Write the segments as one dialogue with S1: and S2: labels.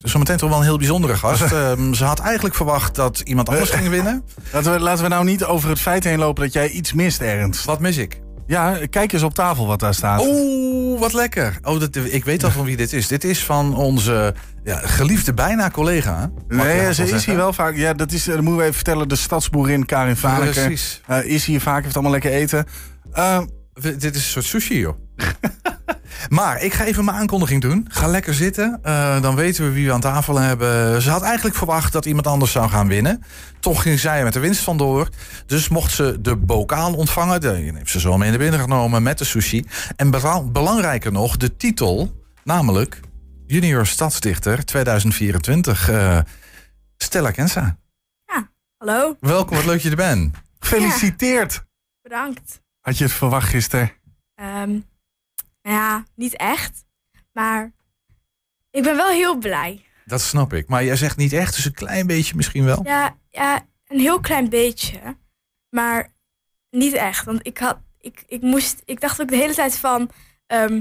S1: Zometeen toch wel een heel bijzondere gast. Ehm, ze had eigenlijk verwacht dat iemand anders ging winnen.
S2: Laten we, laten we nou niet over het feit heen lopen dat jij iets mist, Ernst.
S1: Wat mis ik?
S2: Ja, kijk eens op tafel wat daar staat.
S1: Oeh, wat lekker. Oh, dat, ik weet al van wie dit is. Dit is van onze ja, geliefde bijna collega. mag je
S2: nee,
S1: dat
S2: ze is
S1: zeggen?
S2: hier wel vaak. Ja, dat is, eh, dat moeten we even vertellen. De stadsboerin Karin Vaneke
S1: Precies.
S2: eh, is hier vaak, heeft allemaal lekker eten. Eh,
S1: We- dit is een soort sushi, joh. maar ik ga even mijn aankondiging doen. Ga lekker zitten. Eh, dan weten we wie we aan tafel hebben. Ze had eigenlijk verwacht dat iemand anders zou gaan winnen. Toch ging zij er met de winst vandoor. Dus mocht ze de bokaal ontvangen. De, die heeft ze zo mee naar binnen genomen met de sushi. En bera- belangrijker nog, de titel. Namelijk Junior Stadsdichter 2024. eh, Stella Kensa.
S3: Hallo,
S1: Welkom, wat leuk dat je er bent.
S2: gefeliciteerd!
S3: bedankt.
S2: Had je het verwacht gisteren?
S3: Ehm, nou ja, niet echt. Maar ik ben wel heel blij.
S1: Dat snap ik. Maar jij zegt niet echt, dus een klein beetje misschien wel.
S3: Ja, ja een heel klein beetje. Maar niet echt. Want ik, had, ik, ik, moest, ik dacht ook de hele tijd van... ehm,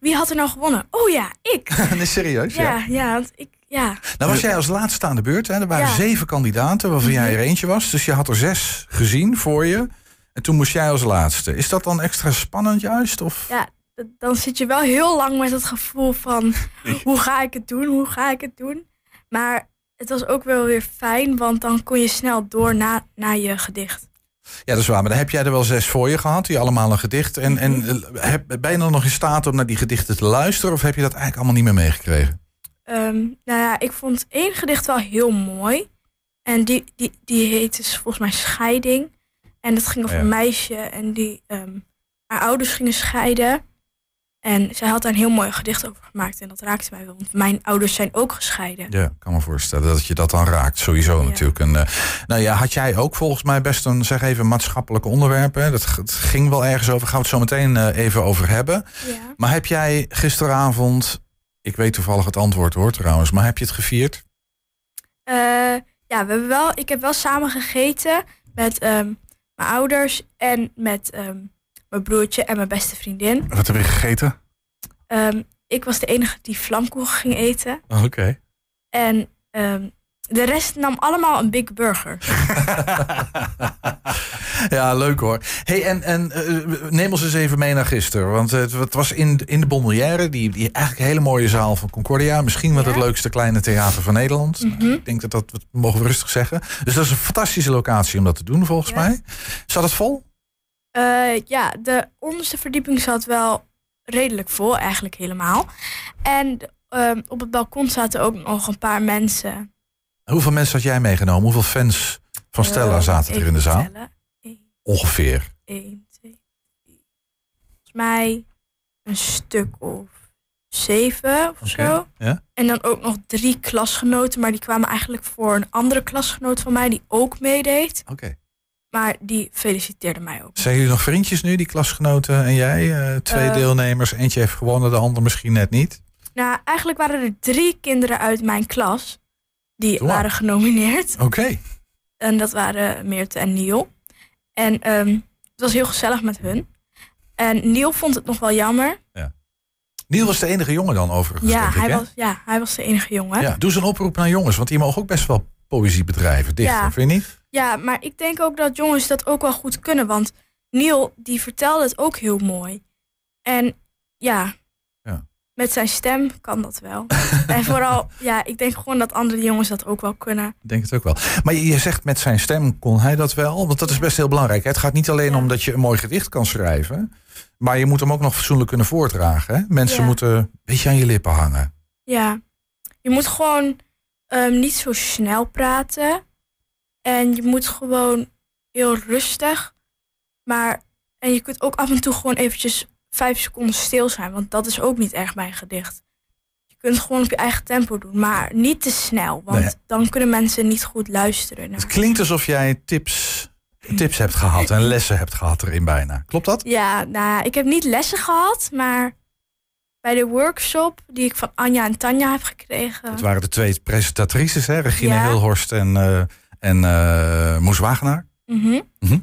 S3: wie had er nou gewonnen? Oh ja, ik.
S1: nee, serieus?
S3: Ja, ja, want ik... Ja,
S1: Nou was jij als laatste aan de beurt. Hè? Er waren
S3: Ja. Mhm.
S1: zeven kandidaten waarvan jij er eentje was. Dus je had er zes gezien voor je. En toen moest jij als laatste. Is dat dan extra spannend juist? Of?
S3: ja d- dan zit je wel heel lang met het gevoel van... hoe ga ik het doen? Hoe ga ik het doen? Maar het was ook wel weer fijn, want dan kon je snel door na, naar je gedicht.
S1: Ja, dat is waar. Maar dan heb jij er wel zes voor je gehad. Die allemaal een gedicht. En, en
S3: Mhm.
S1: eh, heb, ben je dan nog in staat om naar die gedichten te luisteren? Of heb je dat eigenlijk allemaal niet meer meegekregen?
S3: Ehm, nou ja, ik vond één gedicht wel heel mooi. En die, die, die heet dus volgens mij Scheiding. En dat ging over
S1: Oh Ja.
S3: een meisje en die, ehm, haar ouders gingen scheiden. En zij had daar een heel mooi gedicht over gemaakt. En dat raakte mij wel, want mijn ouders zijn ook gescheiden.
S1: Ja, ik kan me voorstellen dat je dat dan raakt. Sowieso
S3: Ja.
S1: natuurlijk. En, eh, nou ja, had jij ook volgens mij best een, zeg even, maatschappelijk onderwerp. Hè? Dat, g- het ging wel ergens over. Gaan we het zo meteen eh, even over hebben.
S3: Ja.
S1: Maar heb jij gisteravond, ik weet toevallig het antwoord hoor trouwens, maar heb je het gevierd?
S3: Eh, ja, we hebben wel, ik heb wel samen gegeten met ehm, mijn ouders en met ehm, mijn broertje en mijn beste vriendin.
S2: Wat heb je gegeten?
S3: Ehm, ik was de enige die vlamkoeken ging eten.
S1: Oké.
S3: En ehm, de rest nam allemaal een Big Burger.
S1: ja, leuk hoor. Hey, en, en eh, neem ons eens even mee naar gisteren. Want het, het was in, in de Bonbonnière, die, die eigenlijk een hele mooie zaal van Concordia. Misschien wel
S3: Ja.
S1: het leukste kleine theater van Nederland. Nou,
S3: Mhm.
S1: ik denk dat, dat dat mogen we rustig zeggen. Dus dat is een fantastische locatie om dat te doen volgens
S3: Ja.
S1: mij. Zat het vol?
S3: Eh, ja, de onderste verdieping zat wel redelijk vol, eigenlijk helemaal. En ehm, op het balkon zaten ook nog een paar mensen.
S1: Hoeveel mensen had jij meegenomen? Hoeveel fans van Stella
S3: Eh,
S1: zaten er
S3: even
S1: in de zaal?
S3: tellen. Eén,
S1: Ongeveer.
S3: één, twee, drie. Volgens mij een stuk of zeven of
S1: Oké,
S3: zo.
S1: ja.
S3: En dan ook nog drie klasgenoten, maar die kwamen eigenlijk voor een andere klasgenoot van mij die ook meedeed.
S1: Oké.
S3: Maar die feliciteerde mij ook.
S1: Zijn jullie nog vriendjes nu, die klasgenoten en jij? Eh, twee
S3: Eh.
S1: deelnemers. Eentje heeft gewonnen, de ander misschien net niet.
S3: Nou, eigenlijk waren er drie kinderen uit mijn klas die
S1: Zo.
S3: waren genomineerd.
S1: Oké.
S3: En dat waren Meerte en Niel. En ehm, het was heel gezellig met hun. En Niel vond het nog wel jammer.
S1: Niel was de enige jongen dan overigens.
S3: Ja
S1: denk ik,
S3: hij,
S1: hè?
S3: was, ja, hij was de enige jongen. Ja.
S1: Ja, doe eens een oproep naar jongens, want die mogen ook best wel poëzie bedrijven. Dichter,
S3: Ja.
S1: vind je niet?
S3: maar ik denk ook dat jongens dat ook wel goed kunnen. Want Niel, die vertelde het ook heel mooi. En ja,
S1: Ja.
S3: met zijn stem kan dat wel. en vooral, ja, ik denk gewoon dat andere jongens dat ook wel kunnen.
S1: Ik denk het ook wel. Maar je je zegt met zijn stem kon hij dat wel, want dat is best heel belangrijk. hè? Het gaat niet alleen
S3: Ja.
S1: om dat je een mooi gedicht kan schrijven, maar je moet hem ook nog fatsoenlijk kunnen voordragen. Hè? Mensen
S3: Ja.
S1: moeten een beetje aan je lippen hangen.
S3: Ja, je moet gewoon ehm, niet zo snel praten. En je moet gewoon heel rustig. Maar, en je kunt ook af en toe gewoon eventjes vijf seconden stil zijn. Want dat is ook niet erg bij een gedicht. Je kunt het gewoon op je eigen tempo doen. Maar niet te snel. Want
S1: Nee.
S3: dan kunnen mensen niet goed luisteren. Nou,
S1: Het
S3: naar-
S1: klinkt alsof jij tips, tips hebt gehad en lessen hebt gehad erin bijna. Klopt dat?
S3: Ja, nou ja, ik heb niet lessen gehad. Maar bij de workshop die ik van Anja en Tanja heb gekregen.
S1: Dat waren de twee presentatrices, hè? Regina
S3: Ja.
S1: Hilhorst en, eh en eh, Moes Wagenaar.
S3: mhm,
S1: Mhm.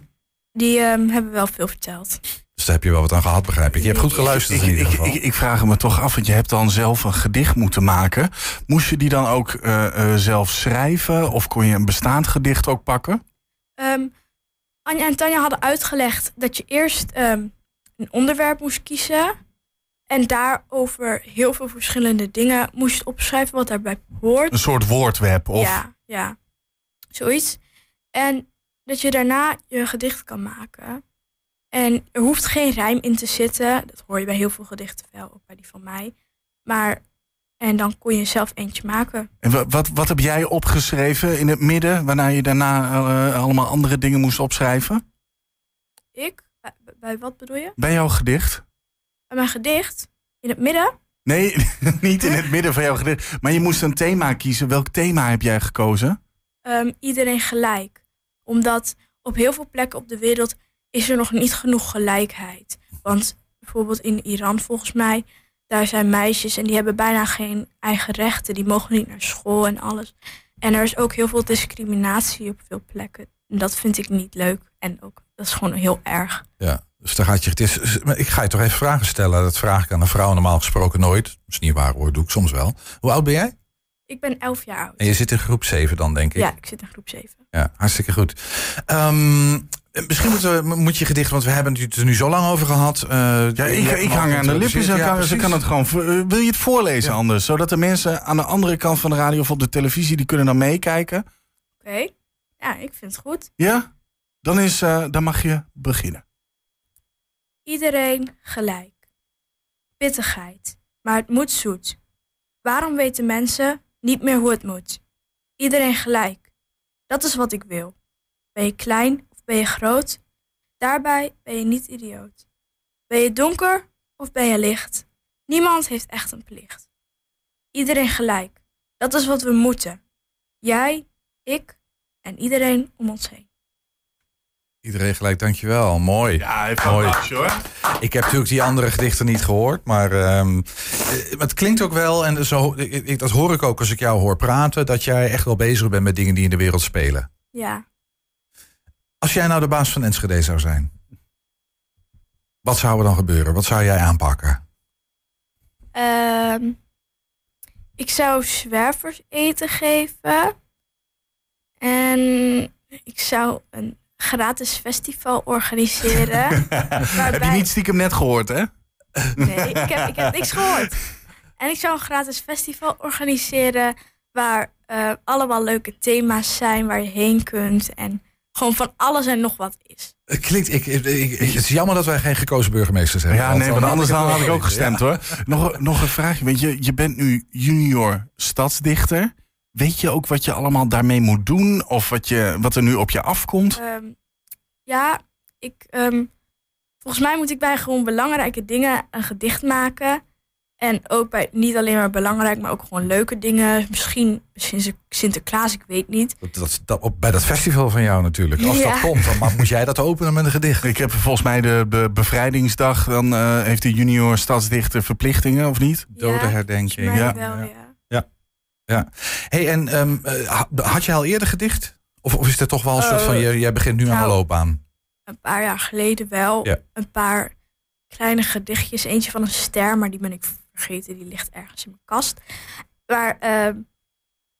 S3: Die ehm, hebben wel veel verteld.
S1: Dus daar heb je wel wat aan gehad, begrijp ik. Je hebt goed geluisterd
S2: Ik,
S1: in ieder
S2: ik,
S1: geval.
S2: ik, ik vraag het me toch af, want je hebt dan zelf een gedicht moeten maken. Moest je die dan ook eh, eh, zelf schrijven? Of kon je een bestaand gedicht ook pakken?
S3: Ehm, Anja en Tanja hadden uitgelegd dat je eerst ehm, een onderwerp moest kiezen. En daarover heel veel verschillende dingen moest opschrijven wat daarbij hoort.
S2: Een soort woordweb? Of...
S3: Ja, ja. Zoiets. En dat je daarna je gedicht kan maken. En er hoeft geen rijm in te zitten. Dat hoor je bij heel veel gedichten wel, ook bij die van mij. Maar, en dan kon je zelf eentje maken.
S2: En wa- wat, wat heb jij opgeschreven in het midden, waarna je daarna eh, allemaal andere dingen moest opschrijven?
S3: Ik? Bij, bij wat bedoel je?
S2: Bij jouw gedicht?
S3: Bij mijn gedicht? In het midden?
S2: Nee, niet in het midden van jouw gedicht. Maar je moest een thema kiezen. Welk thema heb jij gekozen?
S3: ehm, iedereen gelijk. Omdat op heel veel plekken op de wereld is er nog niet genoeg gelijkheid. Want bijvoorbeeld in Iran volgens mij, daar zijn meisjes en die hebben bijna geen eigen rechten. Die mogen niet naar school en alles. En er is ook heel veel discriminatie op veel plekken. En dat vind ik niet leuk. En ook, dat is gewoon heel erg.
S1: Ja, dus daar gaat je. Het is, maar ik ga je toch even vragen stellen. Dat vraag ik aan een vrouw normaal gesproken nooit. Dat is niet waar hoor, doe ik soms wel. Hoe oud ben jij?
S3: Ik ben elf jaar oud.
S1: En je zit in groep 7 dan, denk ik.
S3: Ja, ik zit in groep 7.
S1: Ja, hartstikke goed. Ehm, misschien moeten we- moet je gedicht, want we hebben het er nu zo lang over gehad. Eh,
S2: Ja,
S1: je
S2: ik,
S1: hebt
S2: ik
S1: hem al
S2: hang aan de lippen.
S1: geïntroduceerd.
S2: Ze,
S1: Ja,
S2: kan, ze
S1: precies.
S2: kan het gewoon. v- eh, Wil je het voorlezen anders? Zodat de mensen aan de andere kant van de radio of op de televisie, die kunnen dan meekijken.
S3: Oké. Ja, ik vind het goed.
S2: Ja? Dan, is, eh, dan mag je beginnen.
S3: Iedereen gelijk. Pittigheid, maar het moet zoet. Waarom weten mensen niet meer hoe het moet? Iedereen gelijk. Dat is wat ik wil. Ben je klein of ben je groot? Daarbij ben je niet idioot. Ben je donker of ben je licht? Niemand heeft echt een plicht. Iedereen gelijk. Dat is wat we moeten. Jij, ik en iedereen om ons heen.
S1: Iedereen gelijk, dankjewel. Mooi.
S2: Ja, even
S1: Mooi.
S2: hoor.
S1: Ik heb natuurlijk die andere gedichten niet gehoord, maar ehm, eh, het klinkt ook wel, en zo, ik- ik- dat hoor ik ook als ik jou hoor praten, dat jij echt wel bezig bent met dingen die in de wereld spelen.
S3: Ja,
S1: Als jij nou de baas van Enschede zou zijn, wat zou er dan gebeuren? Wat zou jij aanpakken?
S3: Ehm, ik zou zwervers eten geven. En ik zou een gratis festival organiseren.
S2: Heb je
S3: Waarbij-
S2: niet stiekem net gehoord, hè?
S3: Nee, ik heb, ik heb niks gehoord. En ik zou een gratis festival organiseren waar eh, allemaal leuke thema's zijn waar je heen kunt. En gewoon van alles en nog wat is.
S1: Het klinkt, ik, ik- ik- het is jammer dat wij geen gekozen burgemeesters hebben.
S2: Ja,
S1: Want
S2: nee,
S1: dan
S2: want anders
S1: het
S2: dan had ik
S1: wel
S2: ook
S1: geweten,
S2: gestemd hoor. Nog, nog een vraagje. Want je, je bent nu junior stadsdichter. Weet je ook wat je allemaal daarmee moet doen? Of wat, je, wat er nu op je afkomt?
S3: Ehm, ja, ik, ehm, volgens mij moet ik bij gewoon belangrijke dingen een gedicht maken. En ook bij niet alleen maar belangrijk, maar ook gewoon leuke dingen. Misschien Sinter- Sinterklaas, ik weet niet.
S1: ja. Dat, dat, dat- op, bij dat festival van jou natuurlijk. Als dat
S3: Ja.
S1: komt, dan maar moet jij dat openen met een gedicht.
S2: Ik heb volgens mij de be- bevrijdingsdag. Dan eh, heeft de junior stadsdichter verplichtingen, of niet?
S1: herdenking.
S3: Volgens mij
S2: ja,
S3: wel,
S1: ja.
S3: ja.
S1: Hey, en ehm, eh, ha- had je al eerder gedicht? Of, of is dat toch wel een soort van,
S3: Eh,
S1: jij, jij begint nu aan de
S3: nou,
S1: loopbaan?
S3: Een paar jaar geleden wel.
S1: Ja.
S3: Een paar kleine gedichtjes. Eentje van een ster, maar die ben ik vergeten. Die ligt ergens in mijn kast. Maar ehm,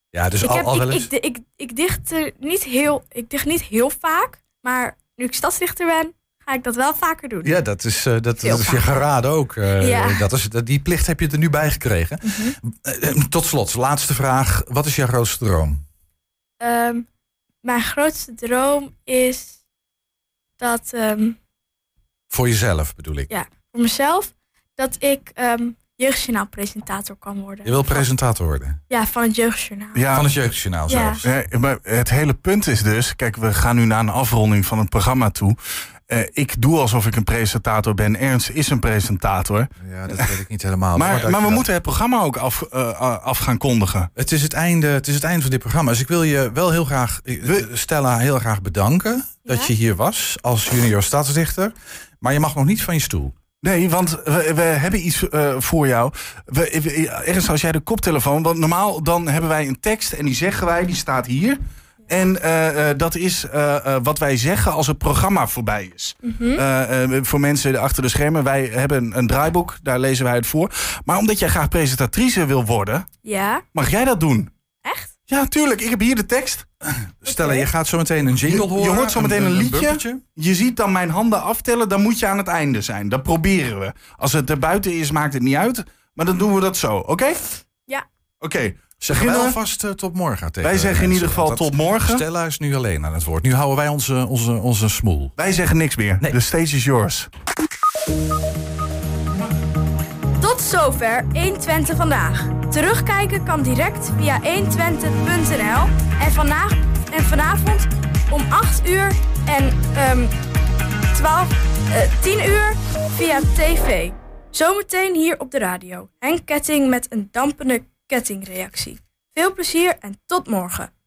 S1: Ja, dus
S3: ik,
S1: al,
S3: heb,
S1: al
S3: ik,
S1: wel eens.
S3: ik, ik, ik dicht er niet heel, ik dicht niet heel vaak, maar nu ik stadsdichter ben, ga ik dat wel vaker doen.
S1: ja, dat is, eh, dat,
S3: Heel
S1: dat is je
S3: vaak.
S1: geraden ook. eh,
S3: Ja.
S1: dat is, dat, die plicht heb je er nu bij gekregen.
S3: Mhm.
S1: Eh, eh, tot slot, laatste vraag. Wat is jouw grootste droom?
S3: Ehm, mijn grootste droom is dat ehm,
S1: Voor jezelf bedoel ik.
S3: voor mezelf dat ik ehm jeugdjournaalpresentator kan worden.
S1: Je wil presentator worden.
S3: Ja, van het jeugdjournaal.
S2: Ja,
S1: Van het Jeugdjournaal
S3: Ja.
S1: zelfs.
S2: Ja, maar het hele punt is dus, kijk, we gaan nu naar een afronding van het programma toe. Eh, ik doe alsof ik een presentator ben. Ernst is een presentator.
S1: Ja, dat weet ik niet helemaal.
S2: Maar, maar,
S1: dankjewel.
S2: we moeten het programma ook af, eh, af gaan kondigen.
S1: Het is het, einde, het is het einde van dit programma. Dus ik wil je wel heel graag, eh, Stella, heel graag bedanken dat
S3: Ja?
S1: je hier was als junior stadsdichter. Maar je mag nog niet van je stoel.
S2: Nee, want we, we hebben iets eh, voor jou. We, we- ergens als jij de koptelefoon. Want normaal dan hebben wij een tekst en die zeggen wij, die staat hier. En eh, eh, dat is eh, eh, wat wij zeggen als het programma voorbij is. Eh, eh, voor mensen achter de schermen, wij hebben een draaiboek, daar lezen wij het voor. Maar omdat jij graag presentatrice wil worden,
S3: Ja,
S2: mag jij dat doen?
S3: echt?
S2: Ja, tuurlijk. Ik heb hier de tekst.
S1: Stella, je gaat zo meteen een jingle
S2: Je- je
S1: horen.
S2: hoort zo meteen een liedje.
S1: bumpertje.
S2: Je ziet dan mijn handen aftellen, dan moet je aan het einde zijn. Dat proberen we. Als het er buiten is, maakt het niet uit. Maar dan doen we dat zo, oké?
S3: Ja.
S2: Oké,
S1: Zeg
S2: Beginnen
S1: wel
S2: we?
S1: alvast eh, tot morgen tegen
S2: wij zeggen in
S1: mensen,
S2: ieder geval
S1: want dat-
S2: tot morgen.
S1: Stella is nu alleen aan het woord. Nu houden wij onze, onze, onze smoel.
S2: Wij zeggen niks meer.
S1: Nee.
S2: The stage is yours.
S3: Tot zover 120 vandaag. Terugkijken kan direct via 120.nl en, vana en vanavond om 8 uur en ehm 12, eh, 10 uur via tv. Zometeen hier op de radio. Henk Ketting met een dampende kettingreactie. Veel plezier en tot morgen.